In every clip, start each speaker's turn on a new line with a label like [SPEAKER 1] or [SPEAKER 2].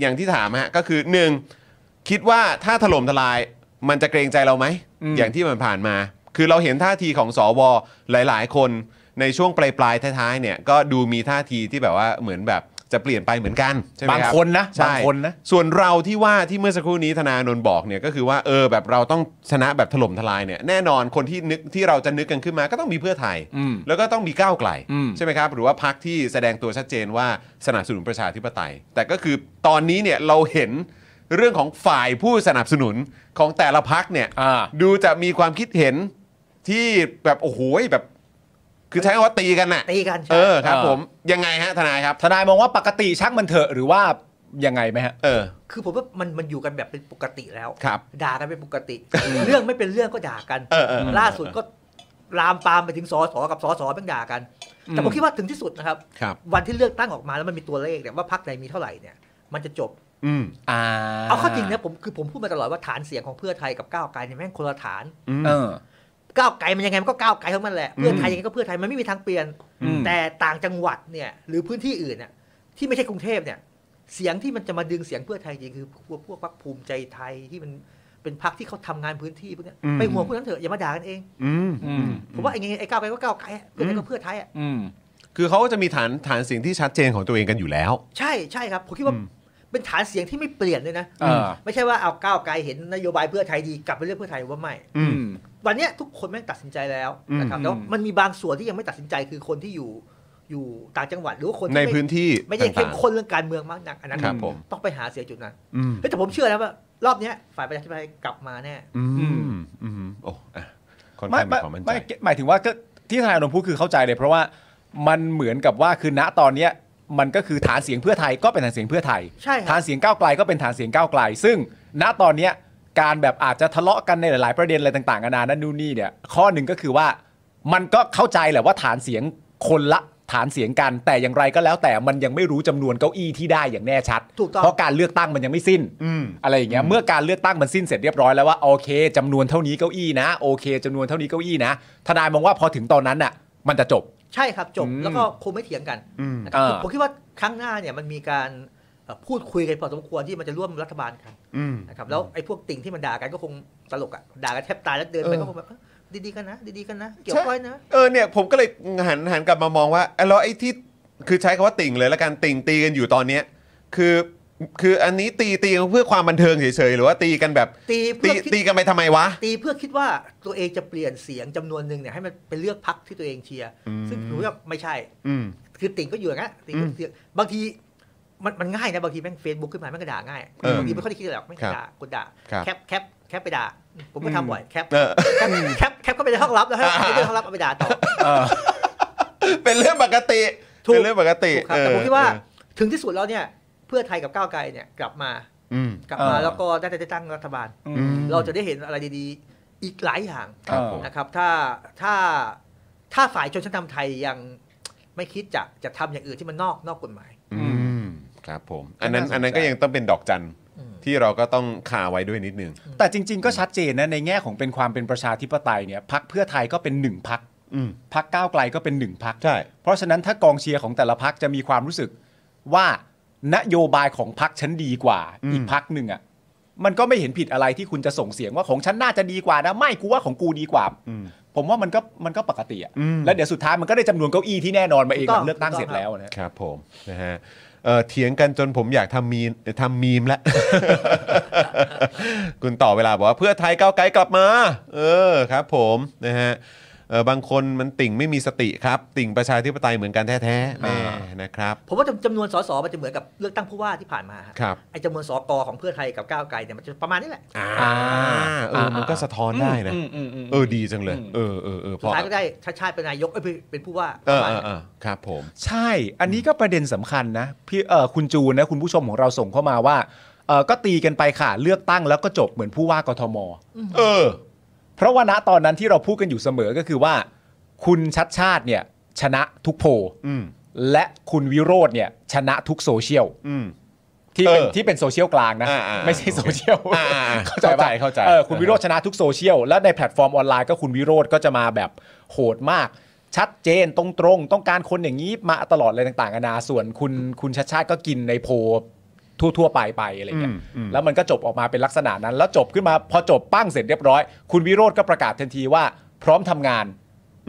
[SPEAKER 1] อย่างที่ถามฮะก็คือหนึ่งคิดว่าถ้าถล่มทลายมันจะเกรงใจเราไหม อย่างที่มันผ่านมา คือเราเห็นท่าทีของสอวหลาย ๆ คนในช่วงปลายปลายๆท้ายๆเนี่ยก็ดูมีท่าทีที่แบบว่าเหมือนแบบจะเปลี่ยนไปเหมือนกันใช่ไหม
[SPEAKER 2] บาง
[SPEAKER 1] รับ
[SPEAKER 2] คนนะ
[SPEAKER 1] ใช่
[SPEAKER 2] บางคนนะ
[SPEAKER 1] ส่วนเราที่ว่าที่เมื่อสักครู่นี้ธนาโนนบอกเนี่ยก็คือว่าเออแบบเราต้องชนะแบบถล่มทลายเนี่ยแน่นอนคนที่นึกที่เราจะนึกกันขึ้นมาก็ต้องมีเพื่อไทย
[SPEAKER 2] อืม
[SPEAKER 1] แล้วก็ต้องมีก้าวไกล
[SPEAKER 2] อืม
[SPEAKER 1] ใช่ไหมครับ หรือว่าพักที่แสดงตัวชัดเจนว่าสนับสนุนประชาธิปไตย แต่ก็คือตอนนี้เนี่ยเราเห็นเรื่องของฝ่ายผู้สนับสนุนของแต่ละพักเนี่ย
[SPEAKER 2] อ่า
[SPEAKER 1] ดูจะมีความคิดเห็นที่แบบโอ้โหแบบ คือใช้คำว่าตีกันน่ะ
[SPEAKER 3] ตีกันใช่
[SPEAKER 1] เออครับ ผมยังไงฮะทนายครับ
[SPEAKER 2] ทนายมองว่าปกติชักมันเถอะหรือว่ายังไงไหมฮะ
[SPEAKER 1] เออ
[SPEAKER 3] คือผมว่ามันมันอยู่กันแบบเป็นปกติแล้ว
[SPEAKER 1] ครับ
[SPEAKER 3] ด่ากันเป็นปกติ เรื่องไม่เป็นเรื่องก็ด่ากัน
[SPEAKER 1] เออเออเออ
[SPEAKER 3] ล่าสุดก็ลามปามไปถึงสอสอกับสอสอเพิ่งด่ากัน แต่ผมคิดว่าถึงที่สุดนะครับ
[SPEAKER 1] ครับ
[SPEAKER 3] วันที่เลือกตั้งออกมาแล้วมันมีตัวเลขเนี่ยว่าพักไหนมีเท่าไหร่เนี่ย มันจะจบ
[SPEAKER 1] อืม
[SPEAKER 2] อ่า
[SPEAKER 3] เอาเข้าจริงนะผมคือผมพูดมาตลอดว่าฐานเสียงของเพื่อไทยกับก้าวไกลเนี่ยแม่งคนละฐาน
[SPEAKER 1] อืม
[SPEAKER 2] เออ
[SPEAKER 3] ก้าวไกลมันยังไงมันก็ก้าวไกลของมันแหละ เพื่อไทยยังไงก็เพื่อไทยมันไม่มีทางเปลี่ยน
[SPEAKER 2] อืม
[SPEAKER 3] แต่ต่างจังหวัดเนี่ยหรือพื้นที่อื่นน่ะที่ไม่ใช่กรุงเทพเนี่ย เสียงที่มันจะมาดึงเสียงเพื่อไทยจริงคือพวกพวกพรรคภูมิใจไทยที่มันเป็นพรรคที่เขาทำงานพื้นที่พวกเนี้ย
[SPEAKER 1] อืม
[SPEAKER 3] ไปห่วงพวกนั้นเถอะอย่ามาด่ากันเอง
[SPEAKER 1] อืม
[SPEAKER 2] อืม
[SPEAKER 3] ผมว่าไอ้ไงไอ้ก้าวไกลก็ก้าวไกลอะเพื่อไทยก็เพื่อไทยอ่ะ
[SPEAKER 2] อืม
[SPEAKER 1] คือเขาจะมีฐานฐานเสิ่งที่ชัดเจนของตัวเองกันอยู่แล้ว
[SPEAKER 3] ใช่ใช่ครับผมคิดว่า
[SPEAKER 1] อืม
[SPEAKER 3] เป็นฐานเสียงที่ไม่เปลี่ยนเลยนะ
[SPEAKER 2] อ่า
[SPEAKER 3] ไม่ใช่ว่าเอาก้าวไกลเห็นนโยบายเพื่อไทยดีกลับไปเลือกเพื่อไทยว่าไม่
[SPEAKER 1] อืม
[SPEAKER 3] วันเนี้ยทุกคนแม่งตัดสินใจแล้วนะครับ
[SPEAKER 2] อืม
[SPEAKER 3] แล้วามันมีบางส่วนที่ยังไม่ตัดสินใจคือคนที่อยู่อยู่ต่างจังหวัดหรือว่าคนที่
[SPEAKER 1] ใน
[SPEAKER 3] ไม่
[SPEAKER 1] พื้นที่
[SPEAKER 3] ไม่ได้เข้
[SPEAKER 1] ต่าม ง
[SPEAKER 3] ข้นเรื่องการเมืองมากนักอันนั้น
[SPEAKER 1] ครับผม
[SPEAKER 3] ต้องไปหาเสียงจุดนั้น
[SPEAKER 1] ๆอืม
[SPEAKER 3] เฮ้ยแต่ผมเชื่อแล้วว่ารอบเนี้ยฝ่ายประชาธิปไตยกลับมาแน่
[SPEAKER 1] อืมอืมโอ้อ่ะค่อน
[SPEAKER 2] ไม่
[SPEAKER 1] ข้างมี
[SPEAKER 2] ไม่
[SPEAKER 1] ความมั่นใจ
[SPEAKER 2] ไม่หมายถึงว่าก็ที่ทนายอนนท์พูดคือเข้าใจเลย เพราะว่ามันเหมือนกับว่าคือณตอนเนี้ยมันก็คือฐานเสียงเพื่อไทยก็เป็นฐานเสียงเพื่อไทย
[SPEAKER 3] ใช่ค
[SPEAKER 2] ฐา
[SPEAKER 3] รับ
[SPEAKER 2] นเสียงก้าวไกลก็เป็นฐานเสียงก้าวไกล ซึ่งณตอนเนี้ยการแบบอาจจะทะเลาะกันในหลาย ๆ ประเด็นอะไรต่างๆนานานั่นนู่นนี่เนี่ยข้อหนึ่งก็คือว่ามันก็เข้าใจแหละว่าฐานเสียงคนละฐานเสียงกัน แต่อย่างไรก็แล้วแต่มันยังไม่รู้จำนวนเก้าอี้ที่ได้อย่างแน่ชัด
[SPEAKER 3] ถูกต้อง
[SPEAKER 2] เพราะการเลือกตั้งมันยังไม่สิ้น
[SPEAKER 1] อืม
[SPEAKER 2] อะไรอย่างเงี้ยเมื่อการเลือกตั้งมันสิ้นเสร็จเรียบร้อยแล้วว่าโอเคจำนวนเท่านี้เก้าอี้นะโอเคจำนวนเท่านี้เก้าอี้นะทนายมองว่าพอถึงตอนนั้นน่ะ มันจะจบ
[SPEAKER 3] ใช่ครับจบ
[SPEAKER 2] อืม
[SPEAKER 3] แล้วก็คงไม่เถียงกัน
[SPEAKER 1] อืม
[SPEAKER 3] นะครับ
[SPEAKER 2] อ่า
[SPEAKER 3] ผมผมคิดว่าครั้งหน้าเนี่ยมันมีการเอ่อพูดคุยกันพอสมควรที่มันจะร่วมรัฐบาลกัน
[SPEAKER 1] อืม
[SPEAKER 3] นะครับแล้วไอ้พวกติ่งที่มันด่ากันก็คงตลกอ่ะด่ากันแทบตายแล้วเดินไปก็คงแบบเอ้ยดีๆกันนะ ดีๆกันนะ เกี่ยวก้อยนะ
[SPEAKER 1] เออเนี่ยผมก็เลยหันหันกลับมามองว่าเอ้ยแล้วไอ้ที่คือใช้คำว่าติ่งเลยละกันติ่งตีกันอยู่ตอนเนี้ยคือคืออันนี้ตีตีกันเพื่อความบันเทิงเฉยๆหรือว่าตีกันแบบ
[SPEAKER 3] ตี
[SPEAKER 1] ตี
[SPEAKER 3] เพื่อคิด
[SPEAKER 1] ตีกันไปทำไมวะ
[SPEAKER 3] ตีเพื่อคิดว่าตัวเองจะเปลี่ยนเสียงจำนวนหนึ่งเนี่ยให้มันไปเลือกพรรคที่ตัวเองเชียร์ซึ่งหนูว่าไม่ใช่
[SPEAKER 1] อืม
[SPEAKER 3] คือติ่งก็อยู่อย่างนั้นติ่งก็เสียงบางทีมันมันง่ายนะบางทีแม่งเฟซบุ๊กขึ้นมาแม่งก็ด่าง่าย
[SPEAKER 1] เออบ
[SPEAKER 3] างทีไม่ค่อยได้คิดอะไรหรอกแม่งก็ด่ากดด่า
[SPEAKER 1] ครับ
[SPEAKER 3] แคปแคปแคปไปด่า ผมก็
[SPEAKER 2] อืม
[SPEAKER 3] ทำบ่อยแคป
[SPEAKER 1] เออ
[SPEAKER 3] แคปแคปแคปเข้าไปในห้องลับแล้วให้ไปในห้องลับเอาไปด่าต่อ
[SPEAKER 1] เป็นเรื่องปกติ
[SPEAKER 3] ถูก
[SPEAKER 1] เป็นเรื่องปกติ
[SPEAKER 3] ถูกครับแต่ผม
[SPEAKER 1] เออ
[SPEAKER 3] คิดว่า
[SPEAKER 1] เออ
[SPEAKER 3] ถึงที่สุดแล้วเนี่ยเพื่อไทยกับก้าวไกลเนี่ยกลับมา
[SPEAKER 1] อืม
[SPEAKER 3] กลับมา
[SPEAKER 2] เออ
[SPEAKER 3] แล้วก็ได้จะได้ตั้งรัฐบาล
[SPEAKER 2] อื
[SPEAKER 1] อื
[SPEAKER 2] ม
[SPEAKER 1] ม
[SPEAKER 3] เราจะได้เห็นอะไรดีๆ อีกหลายอย่าง
[SPEAKER 1] ครับผม
[SPEAKER 3] นะครับ ถ้าถ้าถ้าฝ่ายชนชั้นนำไทยยังไม่คิดจะจะทำอย่างอื่นที่มันนอกนอกกฎหมาย
[SPEAKER 1] อืมครับผม อันนั้น
[SPEAKER 2] น่าสนใจ
[SPEAKER 1] อันนั้นก็ยังต้องเป็นดอกจัน
[SPEAKER 3] อืม
[SPEAKER 1] ที่เราก็ต้องคาไว้ด้วยนิดนึง
[SPEAKER 2] แต่จริง ๆ ก็ชัดเจนนะในแง่ของเป็นความเป็นประชาธิปไตยเนี่ยพักเพื่อไทยก็เป็นหนึ่งพัก
[SPEAKER 1] อืม
[SPEAKER 2] พักก้าวไกลก็เป็นหนึ่งพัก
[SPEAKER 1] ใช่
[SPEAKER 2] เพราะฉะนั้นถ้ากองเชียร์ของแต่ละพักจะมีความรู้สึกว่านโยบายของพักฉันดีกว่า
[SPEAKER 1] อืม
[SPEAKER 2] อีกพักหนึ่งอ่ะมันก็ไม่เห็นผิดอะไรที่คุณจะส่งเสียงว่าของฉันน่าจะดีกว่านะไม่กูว่าของกูดีกว่า
[SPEAKER 1] อืม
[SPEAKER 2] ผมว่ามันก็มันก็ปกติอ่ะ
[SPEAKER 1] อืม
[SPEAKER 2] แล้วเดี๋ยวสุดท้ายมันก็ได้จำนวนเก้าอี้ที่แน่นอนมาเอง
[SPEAKER 3] ถูกต้อ
[SPEAKER 2] หลัง
[SPEAKER 3] ง
[SPEAKER 2] เลือกตั้งเสร็จแล้วนะครับ
[SPEAKER 1] ผมนะฮะเอ่อเถียงกันจนผมอยากทำมีมทำมีมแล้ว คุณต่อเวลาบอกว่าเพื่อไทยก้าวไกลกลับมา เออครับผมนะฮะเออบางคนมันติ่งไม่มีสติครับ ติ่งประชาธิปไตยเหมือนกันแท้ๆแม่นะครับ
[SPEAKER 3] ผมว่าจำจำนวนสสมันจะเหมือนกับเลือกตั้งผู้ว่าที่ผ่านมาฮะ
[SPEAKER 1] ครับ
[SPEAKER 3] ไอ้จำนวนสกของเพื่อไทยกับก้าวไกลเนี่ยมันจะประมาณนี้แหละ
[SPEAKER 1] อ่าเออมันก็สะท้อนได้นะ
[SPEAKER 2] อืมอืมอืม
[SPEAKER 1] เออดีจังเลย เออเออเออพ
[SPEAKER 3] สุด
[SPEAKER 1] อ
[SPEAKER 3] ท้ายก็ได้ชาติชาติเป็นนายกเอ้ยเป็นเป็นผู้ว่า
[SPEAKER 1] เอ
[SPEAKER 3] ประ
[SPEAKER 1] อ
[SPEAKER 3] มาณ
[SPEAKER 1] เออ
[SPEAKER 3] นั้น
[SPEAKER 1] เออครับผม
[SPEAKER 2] ใช่ อันนี้ก็ประเด็นสำคัญนะพี่เอ่อคุณจูนนะคุณผู้ชมของเราส่งเข้ามาว่าเออก็ตีกันไปค่ะ เลือกตั้งแล้วก็จบเหมือนผู้ว่ากทม
[SPEAKER 1] เออ
[SPEAKER 2] เพราะว่าณตอนนั้นที่เราพูดกันอยู่เสมอก็คือว่า คุณชัดชาติเนี่ยชนะทุกโพล
[SPEAKER 1] อืม
[SPEAKER 2] และคุณวิโรธเนี่ยชนะทุกโซเชียล
[SPEAKER 1] อืม
[SPEAKER 2] ที่เป็น
[SPEAKER 1] เออ
[SPEAKER 2] ที่เป็นโซเชียลกลางนะ
[SPEAKER 1] อ่าอ่า
[SPEAKER 2] ไม่ใช่โซเชียล
[SPEAKER 1] อ่าอ่าอ่า
[SPEAKER 2] เข้าใจปะ
[SPEAKER 1] เข้าใจเข้าใจ
[SPEAKER 2] ออคุณวิโรธชนะทุกโซเชียลแล้วในแพลตฟอร์มออนไลน์ก็คุณวิโรธก็จะมาแบบโหดมาก ชัดเจนตรงตรงๆต้องการคนอย่างนี้มาตลอดอะไรต่างๆนานาส่วนคุณคุณชัดชาติก็กินในโพล ทั่วๆไปไปอะไรเงี้ย
[SPEAKER 1] อืมอืม
[SPEAKER 2] แล้วมันก็จบออกมาเป็นลักษณะนั้น แล้วจบขึ้นมาพอจบปั้งเสร็จเรียบร้อย คุณวิโรธก็ประกาศทันทีว่า พร้อมทำงาน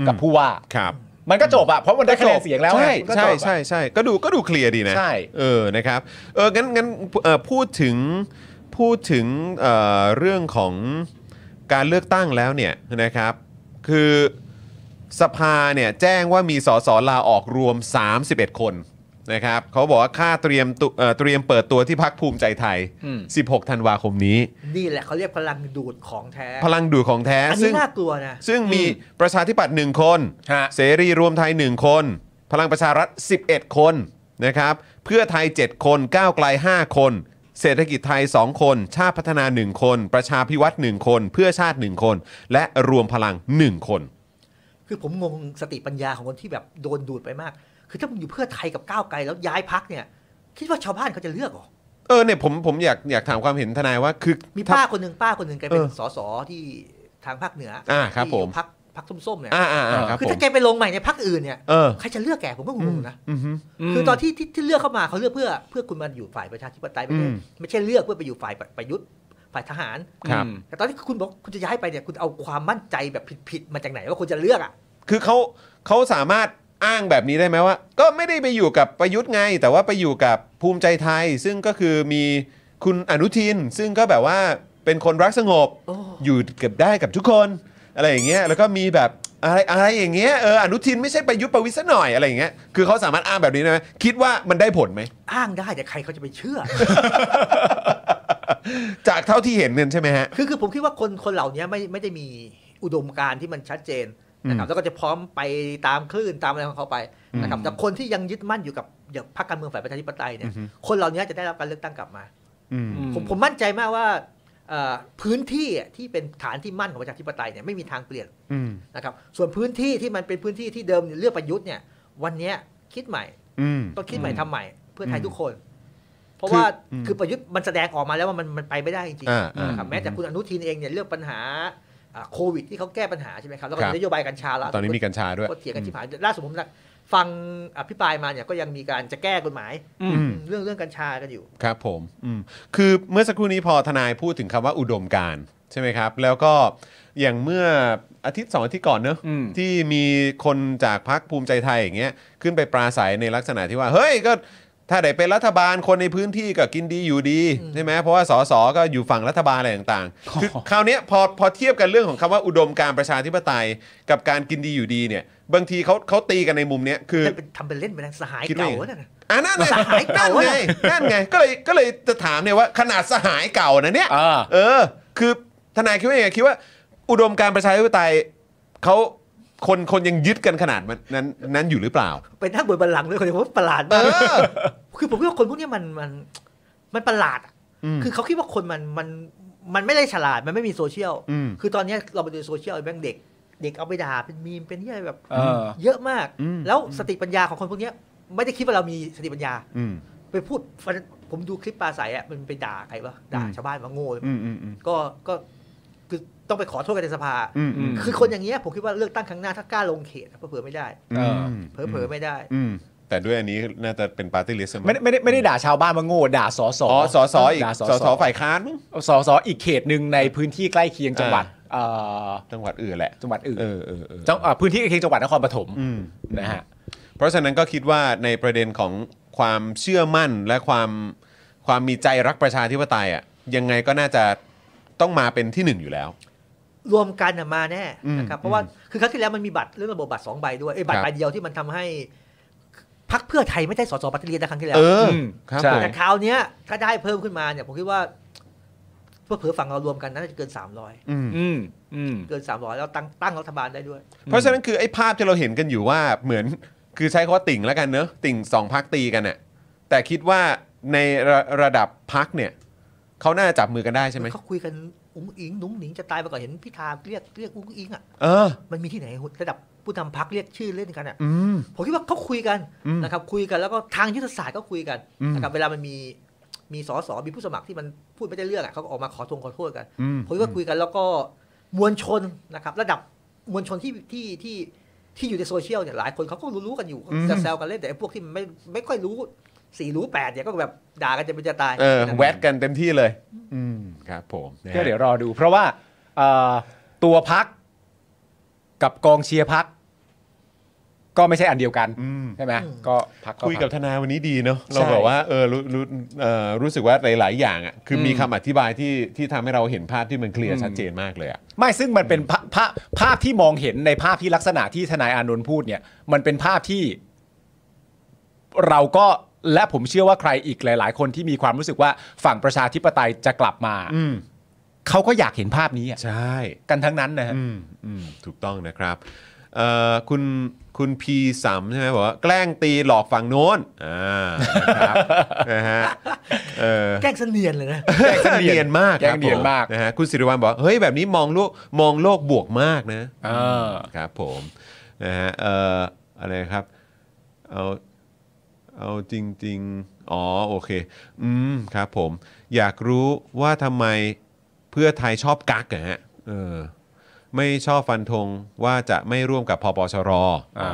[SPEAKER 2] กับผู้ว่า
[SPEAKER 1] ครับ
[SPEAKER 2] มันก็จบอ่ะเพราะมันได้คะแนนเสียงแล้วไง
[SPEAKER 1] ใช่
[SPEAKER 2] มันก็
[SPEAKER 1] ใช่
[SPEAKER 2] จบอะ
[SPEAKER 1] ใช่ใช่ก็ดูก็ดูเคลียร์ดีนะ
[SPEAKER 2] ใช่
[SPEAKER 1] เออนะครับเอองั้นงั้นเอ่อพูดถึงพูดถึงเอ่อเรื่องของการเลือกตั้งแล้วเนี่ยนะครับ คือสภาเนี่ยแจ้งว่ามีสสลาออกรวม 31 คนนะครับเขาบอกว่าค่าเตรียมตุเอ่อเตรียมเปิดตัวที่พักภูมิใจไทย
[SPEAKER 2] อืม
[SPEAKER 1] 16 ธันวาคมนี้
[SPEAKER 3] นี่แหละเขาเรียกพลังดูดของแท้
[SPEAKER 1] พลังดูดของแท้
[SPEAKER 3] อัน
[SPEAKER 1] ซึ่
[SPEAKER 3] นี้
[SPEAKER 1] ง
[SPEAKER 3] น่ากลัวนะ
[SPEAKER 1] ซึ่งมี
[SPEAKER 2] อื
[SPEAKER 1] ประชาธิปัตย์หนึ่งคน
[SPEAKER 2] ฮะ
[SPEAKER 1] เสรีรวมไทย 1 คน พลังประชารัฐ 11 คนนะครับ เพื่อไทย 7 คน ก้าวไกล 5 คน เศรษฐกิจไทย 2 คน ชาติพัฒนา 1 คน ประชาพิวัตร1คน เพื่อชาติ 1 คน และรวมพลัง 1 คน
[SPEAKER 3] คือผมงงสติปัญญาของคนที่แบบโดนดูดไปมาก คือถ้ามึงอยู่เพื่อไทยกับก้าวไกลแล้วย้ายพักเนี่ย คิดว่าชาวบ้านเขาจะเลือกเหรอ
[SPEAKER 1] เออเนี่ยผมผมอยากอยากถามความเห็นทนายว่าคือ
[SPEAKER 3] มี
[SPEAKER 1] ถ้
[SPEAKER 3] ป้าคนหนึ่งป้าคนหนึ่งแกเป็น
[SPEAKER 1] เออ
[SPEAKER 3] สสที่ทางภาคเหนือ
[SPEAKER 1] อ่าครับ
[SPEAKER 3] ที่ยู่
[SPEAKER 1] ผม
[SPEAKER 3] พักพักส้มๆเนี่ย
[SPEAKER 1] อ่าอ่าอ่าครับ
[SPEAKER 3] คือ
[SPEAKER 1] ผม
[SPEAKER 3] ถ้าแกไปลงใหม่ในพักอื่นเนี่ย
[SPEAKER 1] เออ
[SPEAKER 3] ใครจะเลือกแกผมก็งงนะ
[SPEAKER 1] อืมฮึ
[SPEAKER 3] คือตอนที่ที่ที่เลือกเข้ามาเขาเลือกเพื่อเพื่อคุณมาอยู่ฝ่ายประชาธิปไตยไม่
[SPEAKER 1] อื
[SPEAKER 3] ใช่
[SPEAKER 1] ม
[SPEAKER 3] ไม่ใช่เลือกเพื่อไปอยู่ฝ่ายประยุทธ์ฝ่ายทหาร
[SPEAKER 1] ครับ
[SPEAKER 2] อืม
[SPEAKER 3] แต่ตอนที่คุณบอกคุณจะย้ายไปเนี่ยคุณเอาความมั่นใจแบบผิดๆมาจากไหนว่าคุณจะเลือกอ่ะ
[SPEAKER 1] คือเขาเขาสามารถอ้างแบบนี้ได้ไหมว่า ก็ไม่ได้ไปอยู่กับประยุทธ์ไง แต่ว่าไปอยู่กับภูมิใจไทย ซึ่งก็คือมีคุณอนุทิน ซึ่งก็แบบว่าเป็นคนรักสงบ
[SPEAKER 3] โอ้
[SPEAKER 1] อยู่กับได้กับทุกคน อะไรอย่างเงี้ยแล้วก็มีแบบอะไรอะไรอย่างเงี้ยเอออนุทินไม่ใช่ประยุทธ์ประวิตรซะหน่อยอะไรอย่างเงี้ยคือเขาสามารถอ้างแบบนี้ได้ไหมคิดว่ามันได้ผลไหม
[SPEAKER 3] อ้างได้แต่ใครเขาจะไปเชื่อ
[SPEAKER 1] จากเท่าที่เห็นเงินยใช่ไหมฮะ
[SPEAKER 3] คือคือผมคิดว่าคนคนเหล่านี้ไม่ไม่ได้มีอุดมการณ์ที่มันชัดเจนนะครับ
[SPEAKER 1] อืม
[SPEAKER 3] แล้วก็จะพร้อมไปตามคลื่นตามอะไรของเขาไปนะครับแต่คนที่ยังยึดมั่นอยู่กับอย่างพรรคการเมืองฝ่ายประชาธิปไตยเนี่
[SPEAKER 1] อื
[SPEAKER 3] ย
[SPEAKER 1] อฮึ
[SPEAKER 3] คนเหล่านี้จะได้รับการเลือกตั้งกลับมา
[SPEAKER 1] อืม
[SPEAKER 3] ผมผมมั่นใจมากว่าเอ่อพื้นที่อะที่เป็นฐานที่มั่นของประชาธิปไตยเนี่ยไม่มีทางเปลี่ยน
[SPEAKER 1] อืม
[SPEAKER 3] นะครับส่วนพื้นที่ที่มันเป็นพื้นที่ที่เดิมเลือกประยุทธ์เนี่ยวันเนี้ยคิดใหม่
[SPEAKER 1] อืม
[SPEAKER 3] ต้องคิดใหม่
[SPEAKER 2] อืม
[SPEAKER 3] ทำใหม่ เพื่อไทยทุกคน เพราะ
[SPEAKER 1] คือ
[SPEAKER 3] ว่า
[SPEAKER 1] อืม
[SPEAKER 3] คือประยุทธ์มันแสดงออกมาแล้วว่ามันมันไปไม่ได้จริง
[SPEAKER 1] อ่า
[SPEAKER 3] ๆนะครั
[SPEAKER 1] อ่า
[SPEAKER 3] บแม้แต่คุณอนุทินเองเนี่ยเลือกปัญหาอ่าโควิดที่เขาแก้ปัญหาใช่ไหมครับแล้วก็
[SPEAKER 1] ครับ
[SPEAKER 3] นโยบายกัญชาแล้ว
[SPEAKER 1] ตอนนี้มีกัญชาด้วย
[SPEAKER 3] ก็เถียงกันที่ผ่านล่าสุดผมฟังอภิปรายมาเนี่ยก็ยังมีการจะแก้กฎหมาย
[SPEAKER 2] อืม
[SPEAKER 1] อืม
[SPEAKER 3] เรื่องเรื่องกัญชากันอยู่
[SPEAKER 1] ครับผมอืมคือเมื่อสักครู่นี้พอทนายพูดถึงคำว่าอุดมการณ์ใช่ไหมครับ แล้วก็อย่างเมื่ออาทิตย์สองอาทิตย์ก่อนเนอะ
[SPEAKER 2] อืม
[SPEAKER 1] ที่มีคนจากพรรคภูมิใจไทยอย่างเงี้ยขึ้นไปปราศัยในลักษณะที่ว่า เฮ้ยก็ถ้าได้เป็นรัฐบาลคนในพื้นที่ก็กินดีอยู่ดี
[SPEAKER 3] อืม
[SPEAKER 1] ใช่ไหมเพราะว่าสสก็อยู่ฝั่งรัฐบาลอะไรต่างๆคือคราวเนี้ยพอพอเทียบกันเรื่องของคำว่าอุดมการณ์ประชาธิปไตยกับการกินดีอยู่ดีเนี่ยบางทีเขาเขาตีกันในมุมเนี้ยคือ
[SPEAKER 3] นั่นเป็นทำเป็นเล่นไปนะสหาย
[SPEAKER 1] คิดว่า
[SPEAKER 3] เก่า
[SPEAKER 1] อย่าง
[SPEAKER 3] แล้วนะ
[SPEAKER 1] อ่ะนั่นไง
[SPEAKER 3] สหายเก่า
[SPEAKER 1] นั่นไงนั่นไงก็เลยก็เลยจะถามเนี่ยว่าขนาดสหายเก่านะเนี่ย
[SPEAKER 2] เออ
[SPEAKER 1] เออ คือทนายคิดว่ายังไงคิดว่า อุดมการณ์ประชาธิปไตยเขาคนคนยังยึดกันขนาดมันนั้นนั้นอยู่หรือเปล่า
[SPEAKER 3] ไปนั่งบนบัลลังก์ด้วยคนเดียวผมว่าประหลาด
[SPEAKER 1] เอ
[SPEAKER 3] มาก
[SPEAKER 1] อ
[SPEAKER 3] คือผมคิดว่าคนพวกเนี้ยมันมันมันประหลาดอะ
[SPEAKER 1] อืม
[SPEAKER 3] คือเขาคิดว่าคนมันมันมันไม่ได้ฉลาดมันไม่มีโซเชียล
[SPEAKER 1] อืม
[SPEAKER 3] คือตอนเนี้ยเราไปดูโซเชียลไอ้แม่งเด็ก เด็กเอาไปด่าเป็นมีมเป็นเหียอะไรแบบ
[SPEAKER 2] เออ
[SPEAKER 3] เยอะมาก
[SPEAKER 1] อืม
[SPEAKER 3] แล้วสติปัญญาของคนพวกเนี้ยไม่ได้คิดว่าเรามีสติปัญญา
[SPEAKER 1] อืม
[SPEAKER 3] ไปพูดฟันผมดูคลิปปลาใสอ่ะมันไปด่าใครวะด่า
[SPEAKER 1] อืม
[SPEAKER 3] ชาวบ้านว่าโง่
[SPEAKER 1] อืมอืมอืม
[SPEAKER 3] ก็ก็คือต้องไปขอโทษกันในสภา
[SPEAKER 1] อืมอืม
[SPEAKER 3] คือคนอย่างเงี้ยผมคิดว่าเลือกตั้งครั้งหน้าถ้ากล้าลงเขตอะเผื่อๆไม่ได้
[SPEAKER 2] เออ
[SPEAKER 3] เผลอๆไม่ได้
[SPEAKER 1] อืมแต่ด้วยอันนี้น่าจะเป็นปาร์ตี้ลิสต์
[SPEAKER 2] ไม่ได้ไม่ได้ไม่ได้ด่าชาวบ้านมาโง่ด่าสอสอ
[SPEAKER 1] อ๋
[SPEAKER 2] อ
[SPEAKER 1] อสอสออีก
[SPEAKER 2] ด่าสอ
[SPEAKER 1] สอ
[SPEAKER 2] ส
[SPEAKER 1] สอ
[SPEAKER 2] อ
[SPEAKER 1] ฝ่ายค้านมั้ง
[SPEAKER 2] สอสออีกเขตหนึ่งในพื้นที่ใกล้เคียงจังหวัดเอ่อ
[SPEAKER 1] จังหวัดอื่นแหละ
[SPEAKER 2] จังหวัดอื่น
[SPEAKER 1] เออเออเออ
[SPEAKER 2] จังเอ่อพื้นที่ใกล้เคียงจังหวัดนครปฐม
[SPEAKER 1] อืม
[SPEAKER 2] นะฮะ
[SPEAKER 1] เพราะฉะนั้นก็คิดว่าในประเด็นของความเชื่อมั่นและความความมีใจรักประชาธิปไตยอ่ะยังไงก็น่าจะต้องมาเป็นที่หนึ่งอยู่แล้ว
[SPEAKER 3] รวมกันน่ะมาแน่นะครับ
[SPEAKER 1] อืม
[SPEAKER 3] เพราะว่าคือครั้งที่แล้วมันมีบัตรเรื่องระบบบัตรสองใบด้วยเอ้ยบั
[SPEAKER 1] ค
[SPEAKER 3] ต
[SPEAKER 1] รั
[SPEAKER 3] ร
[SPEAKER 1] บ
[SPEAKER 3] ใบเดียวที่มันทำให้พักเพื่อไทยไม่ได้สสปฏิรตี้ลิษีนะครั้งที่แล้ว
[SPEAKER 1] เออ
[SPEAKER 2] ม
[SPEAKER 1] ครับ
[SPEAKER 2] ใช่
[SPEAKER 1] ผม
[SPEAKER 3] แต่คราวเนี้ยถ้าได้เพิ่มขึ้นมาเนี่ยผมคิดว่าเพื่อเผื่อฝั่งเรารวมกันน่าจะเกิน 300
[SPEAKER 1] อืม
[SPEAKER 2] อืมอืม
[SPEAKER 3] เกิน 300 แล้วตั้งตั้งรัฐบาลได้ด้วย
[SPEAKER 1] เพราะฉะนั้นคือไอ้ภาพที่เราเห็นกันอยู่ว่าเหมือนคือใช้คำว่าติ่งแล้วกันเนอะติ่งสองพักตีกันอ่ะแต่คิดว่าในระระดับพักเนี่ยเขาน่าจะจับมือกันได้ใช่ไหม
[SPEAKER 3] เขาคุยกันอุ้งอิงหนุ้งหนิงจะตายไปก่อนเห็นพิธาเรียกเรียกอุ้งอิงอ่ะ
[SPEAKER 1] เออ
[SPEAKER 3] มันมีที่ไหนระดับผู้นำพักเรียกชื่อเล่นกันอ่ะ
[SPEAKER 1] อืม
[SPEAKER 3] ผมคิดว่าเขาคุยกัน
[SPEAKER 1] อืม
[SPEAKER 3] นะครับคุยกันแล้วก็ทางยุทธศาสตร์ก็คุยกัน
[SPEAKER 1] อืม
[SPEAKER 3] นะครับเวลามันมีมีสสมีผู้สมัครที่มันพูดไม่ได้เรื่องอะเขาก็ออกมาขอทวงขอโทษกัน
[SPEAKER 1] อืม
[SPEAKER 3] ผมคิดว่าคุยกันแล้วก็มวลชนนะครับ ระดับมวลชนที่ที่ที่ที่อยู่ในโซเชียลเนี่ยหลายคนเขาก็รู้ๆกันอยู่
[SPEAKER 1] อืม
[SPEAKER 3] จะแซวกันเล่นแต่ไอ้พวกที่มันไม่ไม่ค่อยรู้ สี่รู้แปดเนี่ยก็แบบด่ากันจะเป็นจะตาย
[SPEAKER 1] เออ
[SPEAKER 3] นะครับ
[SPEAKER 1] แวดกันเต็มที่เลย อืมครับผมนะฮะ
[SPEAKER 2] ก็เดี๋ยวรอดู เพราะว่าเอ่อตัวพักกับกองเชียร์พัก ก็ไม่ใช่อันเดียวกัน
[SPEAKER 1] อืม
[SPEAKER 2] ใช่ไหมก็พัก
[SPEAKER 1] คุยกับ
[SPEAKER 2] พรร
[SPEAKER 1] ทนายวันนี้ดีเนาะ
[SPEAKER 2] ใช่
[SPEAKER 1] เราบอกว่าเออรู้รู้เอ่อรู้สึกว่าหลาย ๆ อย่างอ่ะคืออ
[SPEAKER 2] ม
[SPEAKER 1] มีคำอธิบายที่ที่ทำให้เราเห็นภาพที่มันเคลีย
[SPEAKER 2] อื
[SPEAKER 1] ร์
[SPEAKER 2] ม
[SPEAKER 1] ชัดเจนมากเลยอ่ะ
[SPEAKER 2] ไม่ซึ่งมันเป็นภาพภาพภาพที่มองเห็นในภาพที่ลักษณะที่ทนายอานนท์พูดเนี่ย มันเป็นภาพที่เราก็และผมเชื่อว่าใครอีกหลาย ๆ คนที่มีความรู้สึกว่าฝั่งประชาธิปไตยจะกลับมา
[SPEAKER 1] อืม
[SPEAKER 2] เขาก็อยากเห็นภาพนี้อะ
[SPEAKER 1] ใช่
[SPEAKER 2] กันทั้งนั้นนะฮะ
[SPEAKER 1] อืม อืมถูกต้องนะครับเอ่อคุณคุณพีสามใช่ไหมบอกว่าแกล้งตีหลอกฝั่งโน้นอ่านะครับ นะฮะเออ
[SPEAKER 3] แกล้งเสนียนเลยนะ
[SPEAKER 1] แกล้งเนียนมาก
[SPEAKER 2] แกล้งเนียนมาก
[SPEAKER 1] ครับผนะฮะคุณสิริวัลบอกว่าเฮ้ยแบบนี้มองโลกมองโลกบวกมากนะ
[SPEAKER 2] อ่า
[SPEAKER 1] ครับผมนะฮะเอ่ออะไรครับเอาเอาจริง ๆ อ๋อโอเค อืมครับผม อยากรู้ว่าทำไมเพื่อไทยชอบกักเหรอฮะเออ ไม่ชอบฟันธงว่าจะไม่ร่วมกับพปชรออ๋อ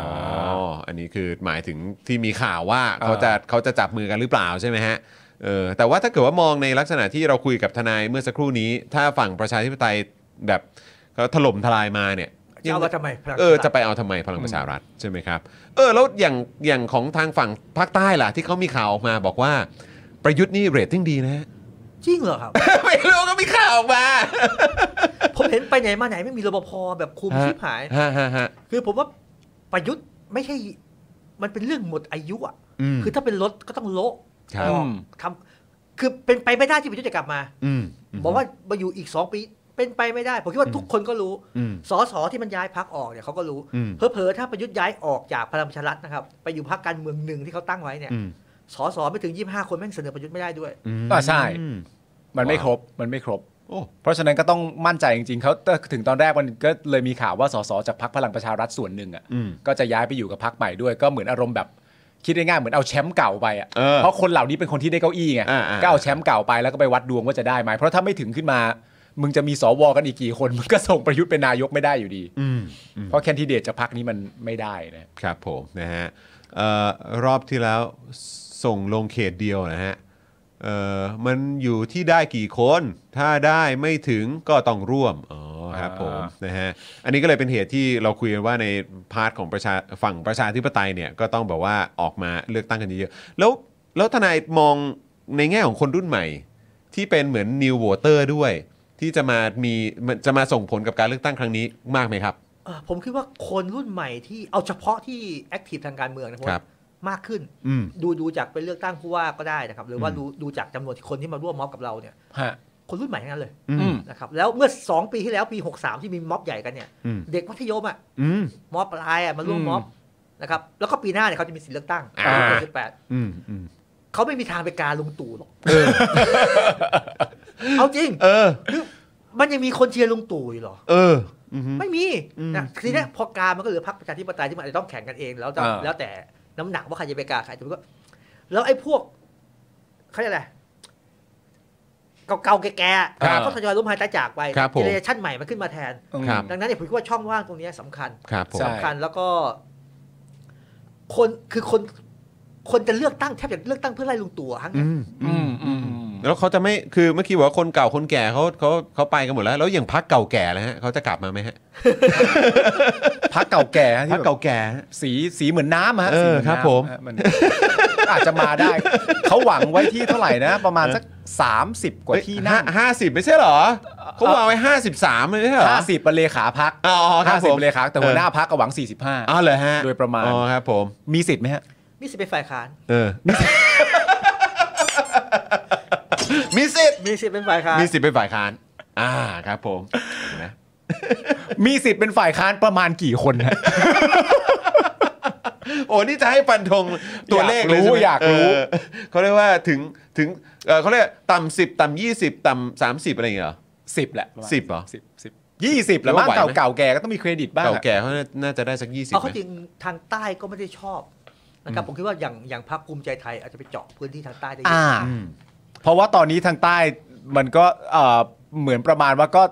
[SPEAKER 1] อันนี้คือหมายถึงที่มีข่าวว่าเขาจะเขาจะจับมือกันหรือเปล่าใช่ไหมฮะเออแต่ว่าถ้าเกิดว่ามองในลักษณะที่เราคุยกับทนายเมื่อสักครู่นี้ ถ้าฝั่งประชาธิปไตยแบบเขาถล่มทลายมาเนี่ย
[SPEAKER 3] จะเอามาทำไมพลัง
[SPEAKER 1] เออ
[SPEAKER 3] ประชารัฐ
[SPEAKER 1] จะไปเอาทำไมพลังประชารัฐใช่ไหมครับเออแล้วอย่างอย่างของทางฝั่งภาคใต้ล่ะที่เขามีข่าวออกมาบอกว่า ประยุทธ์นี่เรตติ้งดีนะฮะ
[SPEAKER 3] จริงเหรอครับ
[SPEAKER 1] ไม่รู้ก็มีข่าวออกมา
[SPEAKER 3] ผมเห็นไปไหนมาไหนไม่มีรปภแบบคุมชิบหาย
[SPEAKER 1] ฮะฮะฮะ
[SPEAKER 3] คือผมว่าประยุทธ์ไม่ใช่ มันเป็นเรื่องหมดอายุอ่ะ
[SPEAKER 1] ม
[SPEAKER 3] คือถ้าเป็นรถก็ต้องโละ
[SPEAKER 1] ครับ
[SPEAKER 3] ออกทำคือเป็นไปไม่ได้ที่ประยุทธ์จะกลับมา
[SPEAKER 1] อืม
[SPEAKER 3] บอกว่ามาอยู่อีกสองปี เป็นไปไม่ได้ ผมคิดว่าทุกคนก็รู้
[SPEAKER 1] อืม
[SPEAKER 3] สสที่มันย้ายพักออกเนี่ยเขาก็รู้
[SPEAKER 1] อืม
[SPEAKER 3] เผลอๆถ้าประยุทธ์ย้ายออกจากพลังประชารัฐนะครับ ไปอยู่พักการเมืองหนึ่งที่เขาตั้งไว้เนี่ย
[SPEAKER 1] อืม
[SPEAKER 3] สสไม่ถึง 25 คนแม่งเสนอประยุทธ์ไม่ได้ด้วย
[SPEAKER 1] อืม
[SPEAKER 2] อ่าใช่
[SPEAKER 1] อืม
[SPEAKER 2] มันไม่
[SPEAKER 1] ว้าว
[SPEAKER 2] ครบมันไม่ครบ
[SPEAKER 1] โอ้
[SPEAKER 2] เพราะฉะนั้นก็ต้องมั่นใจจริงๆเขาถึงตอนแรกมันก็เลยมีข่าวว่าสสจากพักพลังประชารัฐส่วนหนึ่งอ่ะ
[SPEAKER 1] อืม
[SPEAKER 2] ก็จะย้ายไปอยู่กับพักใหม่ด้วยก็เหมือนอารมณ์แบบคิดง่ายๆเหมือนเอาแชมป์เก่าไปอ่ะ
[SPEAKER 1] เออ
[SPEAKER 2] เพราะคนเหล่านี้เป็นคนที่ได้เก้าอี้ไง
[SPEAKER 1] อ่าๆ
[SPEAKER 2] ก็เอาแชมป์เก่าไปแล้วก็ไปวัดดวงว่าจะได้ไหมเพราะถ้าไม่ถึงขึ้นมา มึงจะมีสวกันอีกกี่คนมึ งก็ส่งประยุทธ์เป็นนายกไม่ได้อยู่ดี
[SPEAKER 1] อืม
[SPEAKER 2] เพราะแคนดิเดตจากพักนี้มันไม่ได้นะ
[SPEAKER 1] ครับผมนะฮะเอ่อรอบที่แล้วส่งลงเขตเดียวนะฮะเอ่อมันอยู่ที่ได้กี่คน ถ้าได้ไม่ถึงก็ต้องร่วมอ๋อครับผม
[SPEAKER 2] อ่า
[SPEAKER 1] นะฮะอันนี้ก็เลยเป็นเหตุที่เราคุยกันว่าในพาร์ทของประชาฝั่งประชาธิปไตยเนี่ยก็ต้องแบบว่าออกมาเลือกตั้งกันเยอะๆแล้วแล้วทนายมองในแง่ของคนรุ่นใหม่ ที่เป็นเหมือนนิวโวเตอร์ด้วย ที่จะมามีมันจะมาส่งผลกับการเลือกตั้งครั้งนี้มากไหมครับ
[SPEAKER 3] เอ่อผมคิดว่าคนรุ่นใหม่ที่เอาเฉพาะที่แอคทีฟทางการเมืองนะผม
[SPEAKER 1] ครับ
[SPEAKER 3] มากขึ้น
[SPEAKER 1] อืม
[SPEAKER 3] ดูดูจากไปเลือกตั้งผู้ว่าก็ได้นะครับ หรือว่า
[SPEAKER 1] อืม
[SPEAKER 3] ดูดูจากจำนวนคนที่มาร่วมม็อบกับเราเนี่ย
[SPEAKER 2] ฮะ
[SPEAKER 3] คนรุ่นใหม่ทั้งนั้นเลย
[SPEAKER 1] อืม
[SPEAKER 3] นะครับแล้วเมื่อ 2 ปีที่แล้วปี 63 ที่มีม็อบใหญ่กันเนี่ย
[SPEAKER 1] อืม
[SPEAKER 3] เด็กมัธยมอ่ะ
[SPEAKER 1] อืม
[SPEAKER 3] ม็อบปลายอ่ะมาร่วม
[SPEAKER 2] อืม
[SPEAKER 3] ม็อบนะครับแล้วก็ปีหน้าเนี่ยเขาจะมีสิทธิเลือกตั้ง
[SPEAKER 2] อ่า
[SPEAKER 3] ปี68
[SPEAKER 1] อืมอืม
[SPEAKER 3] เขาไม่มีทางไปการลงตู่หรอกเอาจริง
[SPEAKER 1] เออ
[SPEAKER 3] มันยังมีคนเชียร์ลงตู่อยู่เหรอ
[SPEAKER 1] เอออือฮึ
[SPEAKER 3] ไม่มี
[SPEAKER 1] อืม
[SPEAKER 3] นะทีเนี้ยพอการมันก็เหลือพรรคประชาธิปไตยที่มันอาจจะต้องแข่งกันเอง แล้วแต่
[SPEAKER 2] อ่า
[SPEAKER 3] แล้วแต่น้ำหนักว่าใครจะไปกาใครจะไปก็ แล้วไอ้พวกเขาเรียกอะไรเก่าๆแก่ๆ
[SPEAKER 1] ครับ
[SPEAKER 3] ก็ทยอยล้มหายตายจากไป
[SPEAKER 1] ครับผม
[SPEAKER 3] เจเนอเรชั่นใหม่มันขึ้นมาแทน
[SPEAKER 1] ครับ
[SPEAKER 3] ดังนั้นเนี่ยผมคิดว่าช่องว่างตรงเนี้ยสำคัญ
[SPEAKER 1] ครับผม
[SPEAKER 2] ใช่
[SPEAKER 3] สำคัญแล้วก็ คนคือคน คนจะเลือกตั้งแทบจะเลือกตั้งเพื่อไล่ลุงตู่อะฮะ
[SPEAKER 1] อืม
[SPEAKER 2] อืมอืมอืม
[SPEAKER 1] แล้วเขาจะไม่ คือเมื่อกี้บอกว่าคนเก่าคนแก่เขาเขาเขาไปกันหมดแล้ว แล้วอย่างพักเก่าแก่นะฮะเขาจะกลับมาไหมฮะ
[SPEAKER 2] พักเก่าแก่ฮะที่
[SPEAKER 1] พักเก่าแก่
[SPEAKER 2] สีสีเหมือนน้ำอะฮะ
[SPEAKER 1] เออ
[SPEAKER 2] สีหมืน
[SPEAKER 1] ค
[SPEAKER 2] น้ำ
[SPEAKER 1] รับผม
[SPEAKER 2] ฮะน อาจจะมาได้ เขาหวังไว้ที่เท่าไหร่นะ ประมาณสัก 30 กว่าที่นั่ง
[SPEAKER 1] ห้าสิบไม่ใช่เหรอเขาวางไว้ห้าสิบสามเลยไม่ใช่เหรอ
[SPEAKER 2] ห้าสิบเป็นเลขาพัก
[SPEAKER 1] อ๋อครั
[SPEAKER 2] ห้า
[SPEAKER 1] บ
[SPEAKER 2] สิ
[SPEAKER 1] ผม
[SPEAKER 2] บเป็นเลขาแต่หัวหน้าพักก็หวัง
[SPEAKER 1] อ๋อ
[SPEAKER 2] 45
[SPEAKER 1] เหรอฮะ
[SPEAKER 2] โดยประมาณ
[SPEAKER 1] อ๋อครับผม
[SPEAKER 2] มีสิทธิ์ไหมฮะ
[SPEAKER 3] นี่สิเป็นฝ่ายค้าน
[SPEAKER 1] เอ อ มีสิทธิ์
[SPEAKER 3] มีสิเป็นฝ่ายค้าน
[SPEAKER 1] มีสิทธิ์เป็นฝ่ายค้าน อ่าครับผมเห็นไหม
[SPEAKER 2] มีสิทธิ์เป็นฝ่ายค้านประมาณกี่คนฮะ
[SPEAKER 1] โอ้นี่จะให้ฟันธงตัวเลขเลยใช่ไหม
[SPEAKER 2] อยากรู้อยากรู้
[SPEAKER 1] เออเขาเรียกว่าถึงถึงเอ่อเขาเรียกต่ำสิบต่ำยี่สิบต่ำสามสิบอะไรอย่างเงี้ยเหรอ
[SPEAKER 2] สิบแหละประมาณ
[SPEAKER 1] สิบเหรอ
[SPEAKER 2] สิบสิบยี่สิบแล้ว
[SPEAKER 1] แล้ว
[SPEAKER 2] บ้า
[SPEAKER 1] น ไหวไหม
[SPEAKER 2] เก่าเก่าๆแก่ก็ต้องมีเครดิตบ้าง
[SPEAKER 1] เก่า
[SPEAKER 2] อะ
[SPEAKER 1] แก่เขาน่าจะได้สักยี่สิบ
[SPEAKER 3] เอาเขาจริงทางใต้ก็ไม่ได้ชอบนะครับผมคิดว่าอย่างอย่างพรรคภูมิใจไทยอาจจะไปเจาะพื้นที่ทางใต้ได้เย
[SPEAKER 2] อ่า
[SPEAKER 3] อะ
[SPEAKER 1] อืม
[SPEAKER 2] เพราะว่าตอนนี้ทางใต้มันก็เอ่อเหมือนประมาณว่าก็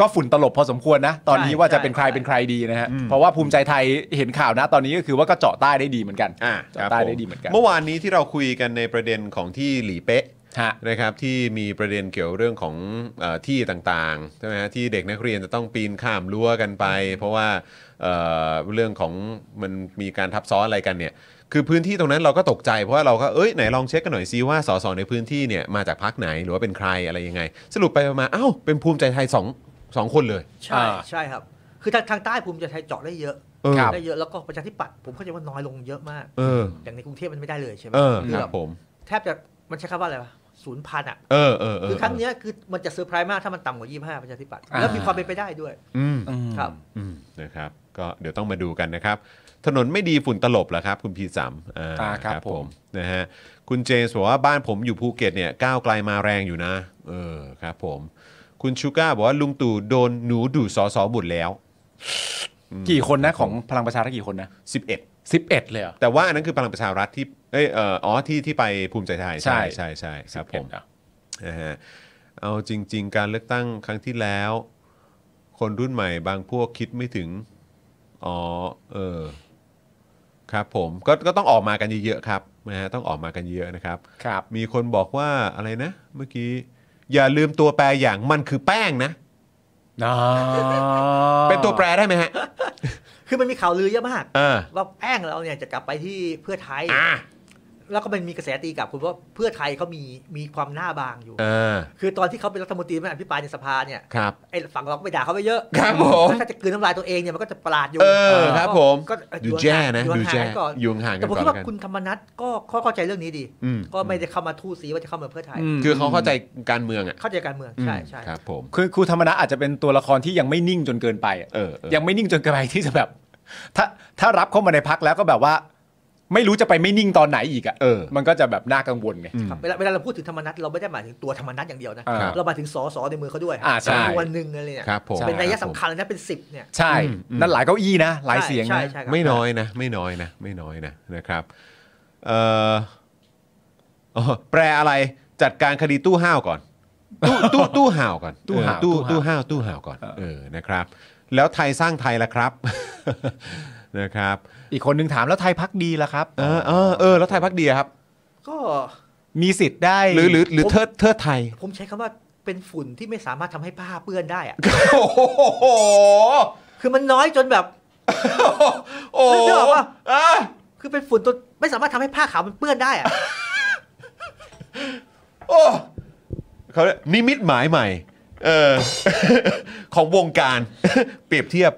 [SPEAKER 2] ก็ฝุ่นตลบพอสมควรนะ ตอนนี้
[SPEAKER 3] ใช่
[SPEAKER 2] ว่าจะ
[SPEAKER 3] ใช่
[SPEAKER 2] เป็นใคร
[SPEAKER 3] ใช่
[SPEAKER 2] เป็นใครดีนะฮะ
[SPEAKER 1] อืม
[SPEAKER 2] เพราะว่าภูมิใจไทยเห็นข่าวนะตอนนี้ก็คือว่าก็เจาะใต้ได้ดีเหมือนกัน
[SPEAKER 1] อ่าค
[SPEAKER 2] เจาะ
[SPEAKER 1] รับ
[SPEAKER 2] ใต้
[SPEAKER 1] ผม
[SPEAKER 2] ได้ดีเหมือนกัน
[SPEAKER 1] เมื่อวานนี้ที่เราคุยกันในประเด็นของที่หลีเป๊ะ
[SPEAKER 2] ฮะ
[SPEAKER 1] นะครับที่มีประเด็นเกี่ยวเรื่องของเออที่ต่างๆใช่ไหมฮะที่เด็กนักเรียนจะต้องปีนข้ามรั้วกันไป เพราะว่าเอ่อเรื่องของมันมีการทับซ้อนอะไรกันเนี่ยคือพื้นที่ตรงนั้นเราก็ตกใจเพราะว่าเราก็เอ้ยไหนลองเช็คกันหน่อยซิว่าสสในพื้นที่เนี่ยมาจากพักไหนหรือว่าเป็นใครอะไรยังไง สรุปไปมาเอ้าเป็นภูมิใจไทยสองสองคนเลย
[SPEAKER 3] ใช่
[SPEAKER 2] อ่า
[SPEAKER 3] ใช่ครับ คือทางทางใต้ภูมิใจไทยเจาะได้เยอะ
[SPEAKER 1] เออ
[SPEAKER 2] ครับ
[SPEAKER 3] ได้เยอะแล้วก็ประชาธิปัตย์ผมเข้าใจว่าน้อยลงเยอะมาก
[SPEAKER 1] เออ
[SPEAKER 3] อย่างในกรุงเทพมันไม่ได้เลยใช่ไหม
[SPEAKER 1] เออ
[SPEAKER 3] คื
[SPEAKER 1] ค
[SPEAKER 3] อ
[SPEAKER 1] รั
[SPEAKER 3] แบบ บ
[SPEAKER 1] ผม
[SPEAKER 3] แทบจะมันใช้คำว่าอะไรวะศูนย์พันอ่ะ
[SPEAKER 1] เออเออเออ
[SPEAKER 3] คือครั้งเนี้ยคือมันจะเซอร์ไพรส์มากถ้ามันต่ำกว่า 25 ประชาธิปัตย์
[SPEAKER 2] อ่า
[SPEAKER 3] แล้วมีความเป็นไปได้ด้วย
[SPEAKER 1] อืม
[SPEAKER 2] อืม
[SPEAKER 3] ครับ
[SPEAKER 1] อืมนะครับก็เดี๋ยวต้องมาดูกันนะครับ ถนนไม่ดีฝุ่นตลบเหรอครับ คุณพีสามอ่า
[SPEAKER 2] อ่าครับผม
[SPEAKER 1] นะฮะคุณเจมส์บอกว่าบ้านผมอยู่ภูเก็ตเนี่ยก้าวไกลมาแรงอยู่นะ เออครับผม คุณชูก้าบอกว่าลุงตู่โดนหนูดูดสอสอบุตรแล้ว
[SPEAKER 2] กี่คนนะของพลังประชารัฐกี่คนนะ
[SPEAKER 1] 11
[SPEAKER 2] 11 เลยเหรอ
[SPEAKER 1] แต่ว่าอันนั้นคือพลังประชารัฐที่เอยเอ่ออ๋อที่ที่ไปภูมิใจไทยใช่
[SPEAKER 2] ใช่
[SPEAKER 1] ใช่ใช่ครับผม
[SPEAKER 2] 11เหรอ
[SPEAKER 1] นะฮะเอาจริง ๆ การเลือกตั้งครั้งที่แล้ว คนรุ่นใหม่บางพวกคิดไม่ถึง อ๋อ เออ ครับผมก็ก็ต้องออกมากันเยอะๆครับนะฮะต้องออกมากันเยอะนะครับ
[SPEAKER 2] ครับ
[SPEAKER 1] มีคนบอกว่าอะไรนะ เมื่อกี้ อย่าลืมตัวแปรอย่างมันคือแป้งนะ
[SPEAKER 2] อ๋อ
[SPEAKER 1] เป็นตัวแปรได้ไหมฮะ
[SPEAKER 3] คือมันมีข่าวลือเยอะมาก
[SPEAKER 1] เออ
[SPEAKER 3] ว่าแป้งเราเนี่ยจะกลับไปที่เพื่อไทย
[SPEAKER 1] อ่ะ
[SPEAKER 3] แล้วก็มันมีกระแสตีกลับคุณว่าเพื่อไทยเขามีมีความหน้าบางอยู่
[SPEAKER 1] เออ
[SPEAKER 3] คือตอนที่เขาเป็นรัฐมนตรีไม่อภิปรายในสภาเนี่ย
[SPEAKER 1] ครับ
[SPEAKER 3] ไอ้ฝั่งเราก็ไปด่าเขาไปเยอะ
[SPEAKER 1] ครับผม
[SPEAKER 3] แล้วถ้าจะกลืนน้ำลายตัวเองเนี่ยมันก็จะประหลาดอยู่
[SPEAKER 1] เออครับผม
[SPEAKER 3] ก็
[SPEAKER 1] ดูแจ้นะ
[SPEAKER 3] อยู่
[SPEAKER 1] ดู
[SPEAKER 3] ห่าง
[SPEAKER 1] แจ้
[SPEAKER 3] ๆก่อน
[SPEAKER 1] อยู่ห่างๆกั
[SPEAKER 3] แต่
[SPEAKER 1] น
[SPEAKER 3] ผม
[SPEAKER 1] ก่อ
[SPEAKER 3] คิ
[SPEAKER 1] น
[SPEAKER 3] ดว่า
[SPEAKER 1] กัน
[SPEAKER 3] คุณธรรมนัทก็ก็เข้าใจเรื่องนี้ดี
[SPEAKER 1] อืม
[SPEAKER 3] ก็ไม่ได้เข้ามาทู่สีว่าจะเข้ามาเพื่อไทย
[SPEAKER 2] ม
[SPEAKER 1] คือเขาเข้าใจการเมืองอ่ะ
[SPEAKER 3] เข้าใจการเมืองใช่ใช่
[SPEAKER 1] ครับ ผม
[SPEAKER 2] คือครูธรรมนัฐอาจจะเป็นตัวละครที่ยังไม่นิ่งจนเกินไปอะ
[SPEAKER 1] เออเออ
[SPEAKER 2] ยังไม่นิ่งจนเกินไปที่จะแบบ ถ้าถ้ารับเข้ามาในพักแล้วก็แบบว่า ไม่รู้จะไปไม่นิ่งตอนไหนอีกอ่ะ
[SPEAKER 1] เออ
[SPEAKER 2] มันก็จะแบบน่ากังวลไง
[SPEAKER 1] อืม
[SPEAKER 3] ครับเวลาเวลาเราพูดถึงธรรมนัตเราไม่ได้หมายถึงตัวธรรมนัตอย่างเดียวนะ
[SPEAKER 1] ครับ
[SPEAKER 3] เราหมายถึงสอสอในมือเขาด้วย
[SPEAKER 2] อ่าใช่
[SPEAKER 3] จำนวนหนึ่งอะไรเนี่ย
[SPEAKER 1] ครับผม
[SPEAKER 3] เป็นนัยสำคัญเลยนะเป็นสิบเนี่ย
[SPEAKER 2] ใช่
[SPEAKER 1] อืมอืม
[SPEAKER 2] นั่นหลายเก้าอี้นะ หลายเสียง
[SPEAKER 3] ใช่
[SPEAKER 2] นะ
[SPEAKER 3] ใช่ครับ
[SPEAKER 1] ไม่น้อยนะไม่น้อยนะไม่น้อยนะนะครับเอ่ออ๋อแปลอะไรจัดการคดีตู้ห้าวก่อน ตู้ตู้ ตู้ห่าวก่อน
[SPEAKER 2] ตู้ห่าว
[SPEAKER 1] เออตู้
[SPEAKER 2] ตู้
[SPEAKER 1] ตู้
[SPEAKER 2] ห่าว
[SPEAKER 1] ห้าวตู้ห่าวก่อน
[SPEAKER 2] เออ
[SPEAKER 1] เออนะครับ แล้วไทยสร้างไทยละครับ นะครับ
[SPEAKER 2] อีกคนนึงถามแล้วไทยพักดีล่ะครับ
[SPEAKER 1] เออเออเออแล้วไทยพักดีอะครับ
[SPEAKER 3] ก็
[SPEAKER 2] มีสิทธิ์ได้
[SPEAKER 1] หรือหรือหรือเทิดเทิดไทย
[SPEAKER 3] ผมใช้คำว่าเป็นฝุ่นที่ไม่สามารถทำให้ผ้าเปื้อนได้อะ
[SPEAKER 1] โอ้โห
[SPEAKER 3] คือมันน้อยจนแบบ
[SPEAKER 1] โอ้โห
[SPEAKER 3] นึกออกปะ
[SPEAKER 1] อ่ะ
[SPEAKER 3] คือเป็นฝุ่นตัวไม่สามารถทำให้ผ้าขาวมันเปื้อนได้อะ
[SPEAKER 1] โอ้เขาเรียกนิมิตหมายใหม่เออ ของวงการ เปรียบเทียบ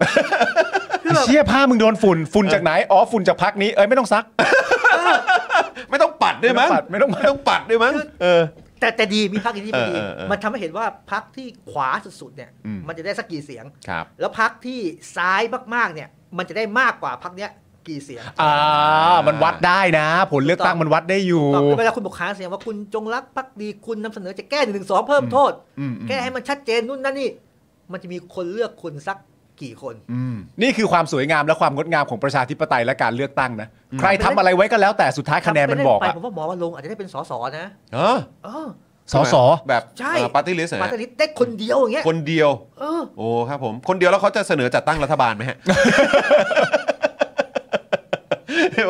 [SPEAKER 2] เชี่ยผ้ามึงโดนฝุ่น ฝุ่นจากไหน อ๋อ ฝุ่นจากพักนี้ เอ้ยไม่ต้องซัก
[SPEAKER 1] ไม่ต้องปัดด้วยมั้ง
[SPEAKER 2] ไม่ต้องปัด
[SPEAKER 1] ไม่ต้องปัดด้วยมั้งเออ
[SPEAKER 3] แต่แต่ดีมีพักนี้พอ
[SPEAKER 1] เออเอ
[SPEAKER 3] ดี
[SPEAKER 1] อเออ
[SPEAKER 3] มันทำให้เห็นว่าพักที่ขวาสุดๆเนี่ย
[SPEAKER 1] อืม
[SPEAKER 3] มันจะได้สักกี่เสียง
[SPEAKER 1] ครับ
[SPEAKER 3] แล้วพักที่ซ้ายมากๆเนี่ย มันจะได้มากกว่าพักเนี้ยกี่เสียง
[SPEAKER 2] อ่า มันวัดได้นะ ผลเลือกตั้งมันวัดได้อยู่
[SPEAKER 3] ตอบเวลาคุณบอกค้านเสียงว่าคุณจงรักภักดีคุณนำเสนอจะแก้หนึ่งสองเพิ่มโทษ
[SPEAKER 1] อืมอืม
[SPEAKER 3] แก้ให้มันชัดเจนนู่นนั่นนี่ มันจะมีคนเลือกคุณสักกี่คน
[SPEAKER 1] อืม
[SPEAKER 2] นี่คือความสวยงามและความงดงามของประชาธิปไตยและการเลือกตั้งนะ ใครทำอะไรไว้ก็แล้วแต่สุดท้ายคะแนนมันบอก
[SPEAKER 3] ทำไป
[SPEAKER 2] อะ
[SPEAKER 3] ผมว่าหมอวรงค์อาจจะได้เป็นสสนะ
[SPEAKER 1] เออ
[SPEAKER 3] เออ
[SPEAKER 2] สอสอ
[SPEAKER 1] แบบ
[SPEAKER 3] ใช่
[SPEAKER 1] ปาร์ตี้ลิสต์
[SPEAKER 3] ปาร์ตี้ลิสต์ได้คนเดียวอย่างเงี้ย
[SPEAKER 1] คนเดียว
[SPEAKER 3] เออ
[SPEAKER 1] โอ้ครับผม คนเดียวแล้วเขาจะเสนอจัดตั้งรัฐบาลไหมฮะ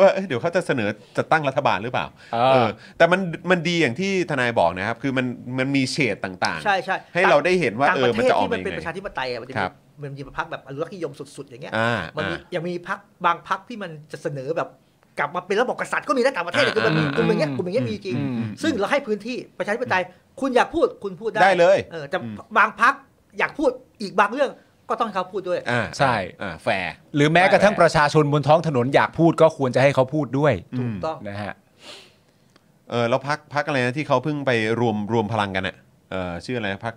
[SPEAKER 1] ว่าเอ้ยเดี๋ยวเขาจะเสนอจัดตั้งรัฐบาลหรือเปล่า
[SPEAKER 2] เออ
[SPEAKER 1] เออ แต่มันมันดีอย่างที่ทนายบอกนะครับ คือมันมันมีเฉดต่างๆ
[SPEAKER 3] ใช่ใช่
[SPEAKER 1] ให้เราได้เห็นว่า
[SPEAKER 3] ต่าง
[SPEAKER 1] เออ
[SPEAKER 3] ประ
[SPEAKER 1] มัน
[SPEAKER 3] เทศ
[SPEAKER 1] จะออก
[SPEAKER 3] ที่
[SPEAKER 1] มา
[SPEAKER 3] มัน
[SPEAKER 1] ยัง
[SPEAKER 3] เป็น
[SPEAKER 1] ไง
[SPEAKER 3] ประชาธิปไตยอะมันจะ
[SPEAKER 1] ครับ
[SPEAKER 3] มีมันมีพักแบบอนุรักษนิยมสุดๆอย่างเงี้ย
[SPEAKER 1] อ่า
[SPEAKER 3] มันมี
[SPEAKER 1] อ่า
[SPEAKER 3] ยังมีพักบางพักที่มันจะเสนอแบบกลับมาเป็นระบบกษัตริย์ก็มีนะต่างประเทศเนี่ย
[SPEAKER 1] อ่า
[SPEAKER 3] คือมันมี
[SPEAKER 1] อ่าก
[SPEAKER 3] ลุ่มอย่างเงี้ยกลุ่มอย่างเงี้ยมีจริง
[SPEAKER 2] อืม
[SPEAKER 3] ซึ่งเราให้พื้นที่ประชาธิปไตยคุณอยากพูดคุณพูดได้
[SPEAKER 1] ได้เลย
[SPEAKER 3] ออแต่
[SPEAKER 1] อืม
[SPEAKER 3] บางพักอยากพูดอีกบางเรื่องก็ต้องให้เขาพูดด้วย
[SPEAKER 1] อ่า
[SPEAKER 2] ใช่
[SPEAKER 1] อ่าแฟร์
[SPEAKER 2] หรือแม้กระทั่งประชาชนบนท้องถนนอยากพูดก็ควรจะให้เขาพูดด้วย
[SPEAKER 1] อืม
[SPEAKER 3] ถูกต้อง
[SPEAKER 2] นะฮะ
[SPEAKER 1] เออแล้วพักพักอะไรนะที่เขาเพิ่งไปรวมรวมพลังกันอะเออชื่ออะไรนะพัก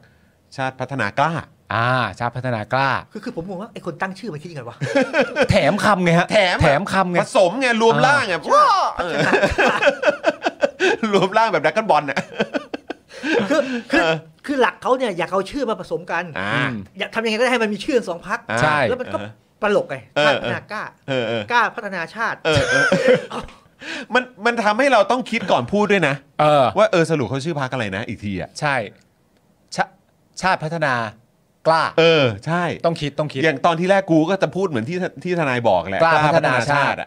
[SPEAKER 1] ชาติพัฒนากล้า
[SPEAKER 2] อ่า ชาติพัฒนากล้า
[SPEAKER 3] คือคือผมงงว่าไอ้คนตั้งชื่อมันคิดยังไง วะ
[SPEAKER 2] แถมคำไงฮะ
[SPEAKER 1] แถมอะ
[SPEAKER 2] แถมคำไง
[SPEAKER 1] ผสมไงรวมร่างอ่ะว้าเออ รวมร่างแบบดักกันบอลน่ะ
[SPEAKER 3] คือคือคือหลักเขาเนี่ยอยากเอาชื่อมาผสมกัน
[SPEAKER 1] อ่า
[SPEAKER 3] อยากทำยังไงก็ได้ให้มันมีชื่อกันสองพัก
[SPEAKER 1] อ่า
[SPEAKER 2] ใช่
[SPEAKER 3] แล้วมันก็
[SPEAKER 1] อ่าฮะ
[SPEAKER 3] ปลกไงชาติ
[SPEAKER 1] เออเออ
[SPEAKER 3] พัฒนากล้า
[SPEAKER 1] เออเออก
[SPEAKER 3] ล้าพัฒนาชาติ
[SPEAKER 1] เออเออมันมันทำให้เราต้องคิดก่อนพูดด้วยนะ
[SPEAKER 2] เออ
[SPEAKER 1] ว่าเออสรุปเขาชื่อพักอะไรนะ อีกทีอ่ะ
[SPEAKER 2] ใช่ชาชาติพัฒนา กล้า
[SPEAKER 1] เออ ใช่
[SPEAKER 2] ต้องคิดต้องคิด
[SPEAKER 1] อย่างตอนที่แรกกูก็จะพูดเหมือนที่ที่ทนายบอกแหละ
[SPEAKER 2] กล้าพัฒนาชาติ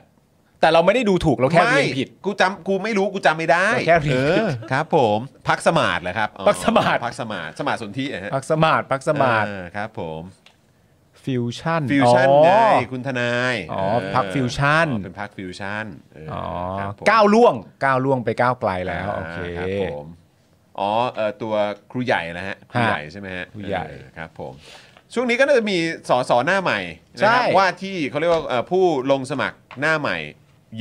[SPEAKER 2] แต่เราไม่ได้ดูถูกเราแค่
[SPEAKER 1] ไม่
[SPEAKER 2] เรียนผิด
[SPEAKER 1] กูจำกูไม่รู้กูจำไม่ได้
[SPEAKER 2] เราแค่เรียน
[SPEAKER 1] เอ
[SPEAKER 2] ผิ
[SPEAKER 1] อ
[SPEAKER 2] ด
[SPEAKER 1] ครับผมพักสมาร์ทเหรอครับอ๋อ
[SPEAKER 2] พรรคสมาร์ท
[SPEAKER 1] พักสมาร์ทสมาร์ทสนธิเหรอฮะ
[SPEAKER 2] พักสมาร์ทพักสมาร์ท
[SPEAKER 1] เออครับผม
[SPEAKER 2] ฟิวชั่น
[SPEAKER 1] ฟิวชั่นไงคุณทนาย
[SPEAKER 2] อ๋อ
[SPEAKER 1] เ
[SPEAKER 2] พรรคฟิวชั่น
[SPEAKER 1] อ๋อเป็นพักฟิวชั่นเอออ
[SPEAKER 2] อ๋อ
[SPEAKER 1] ครับผม
[SPEAKER 2] ก้าวล่วงก้าวล่วงไปก้าวไกลแล้วโอเค
[SPEAKER 1] าครับผมอ๋อเอ่อตัวครูใหญ่นะฮะครูใหญ่ใช่ไหมฮะ
[SPEAKER 2] ครูใหญ่
[SPEAKER 1] เออครับผมช่วงนี้ก็น่าจะมีสอสอหน้าใหม่นะ
[SPEAKER 2] ใช่
[SPEAKER 1] ครับว่าที่เขาเรียกว่าเอ่อผู้ลงสมัครหน้าใหม่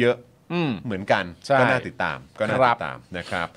[SPEAKER 1] เยอะ
[SPEAKER 2] อืม
[SPEAKER 1] เหมือนกัน
[SPEAKER 2] ใช่
[SPEAKER 1] ก็น่าติดตามก็น่า
[SPEAKER 2] ครั
[SPEAKER 1] ติ
[SPEAKER 2] บ
[SPEAKER 1] ดตามนะครับ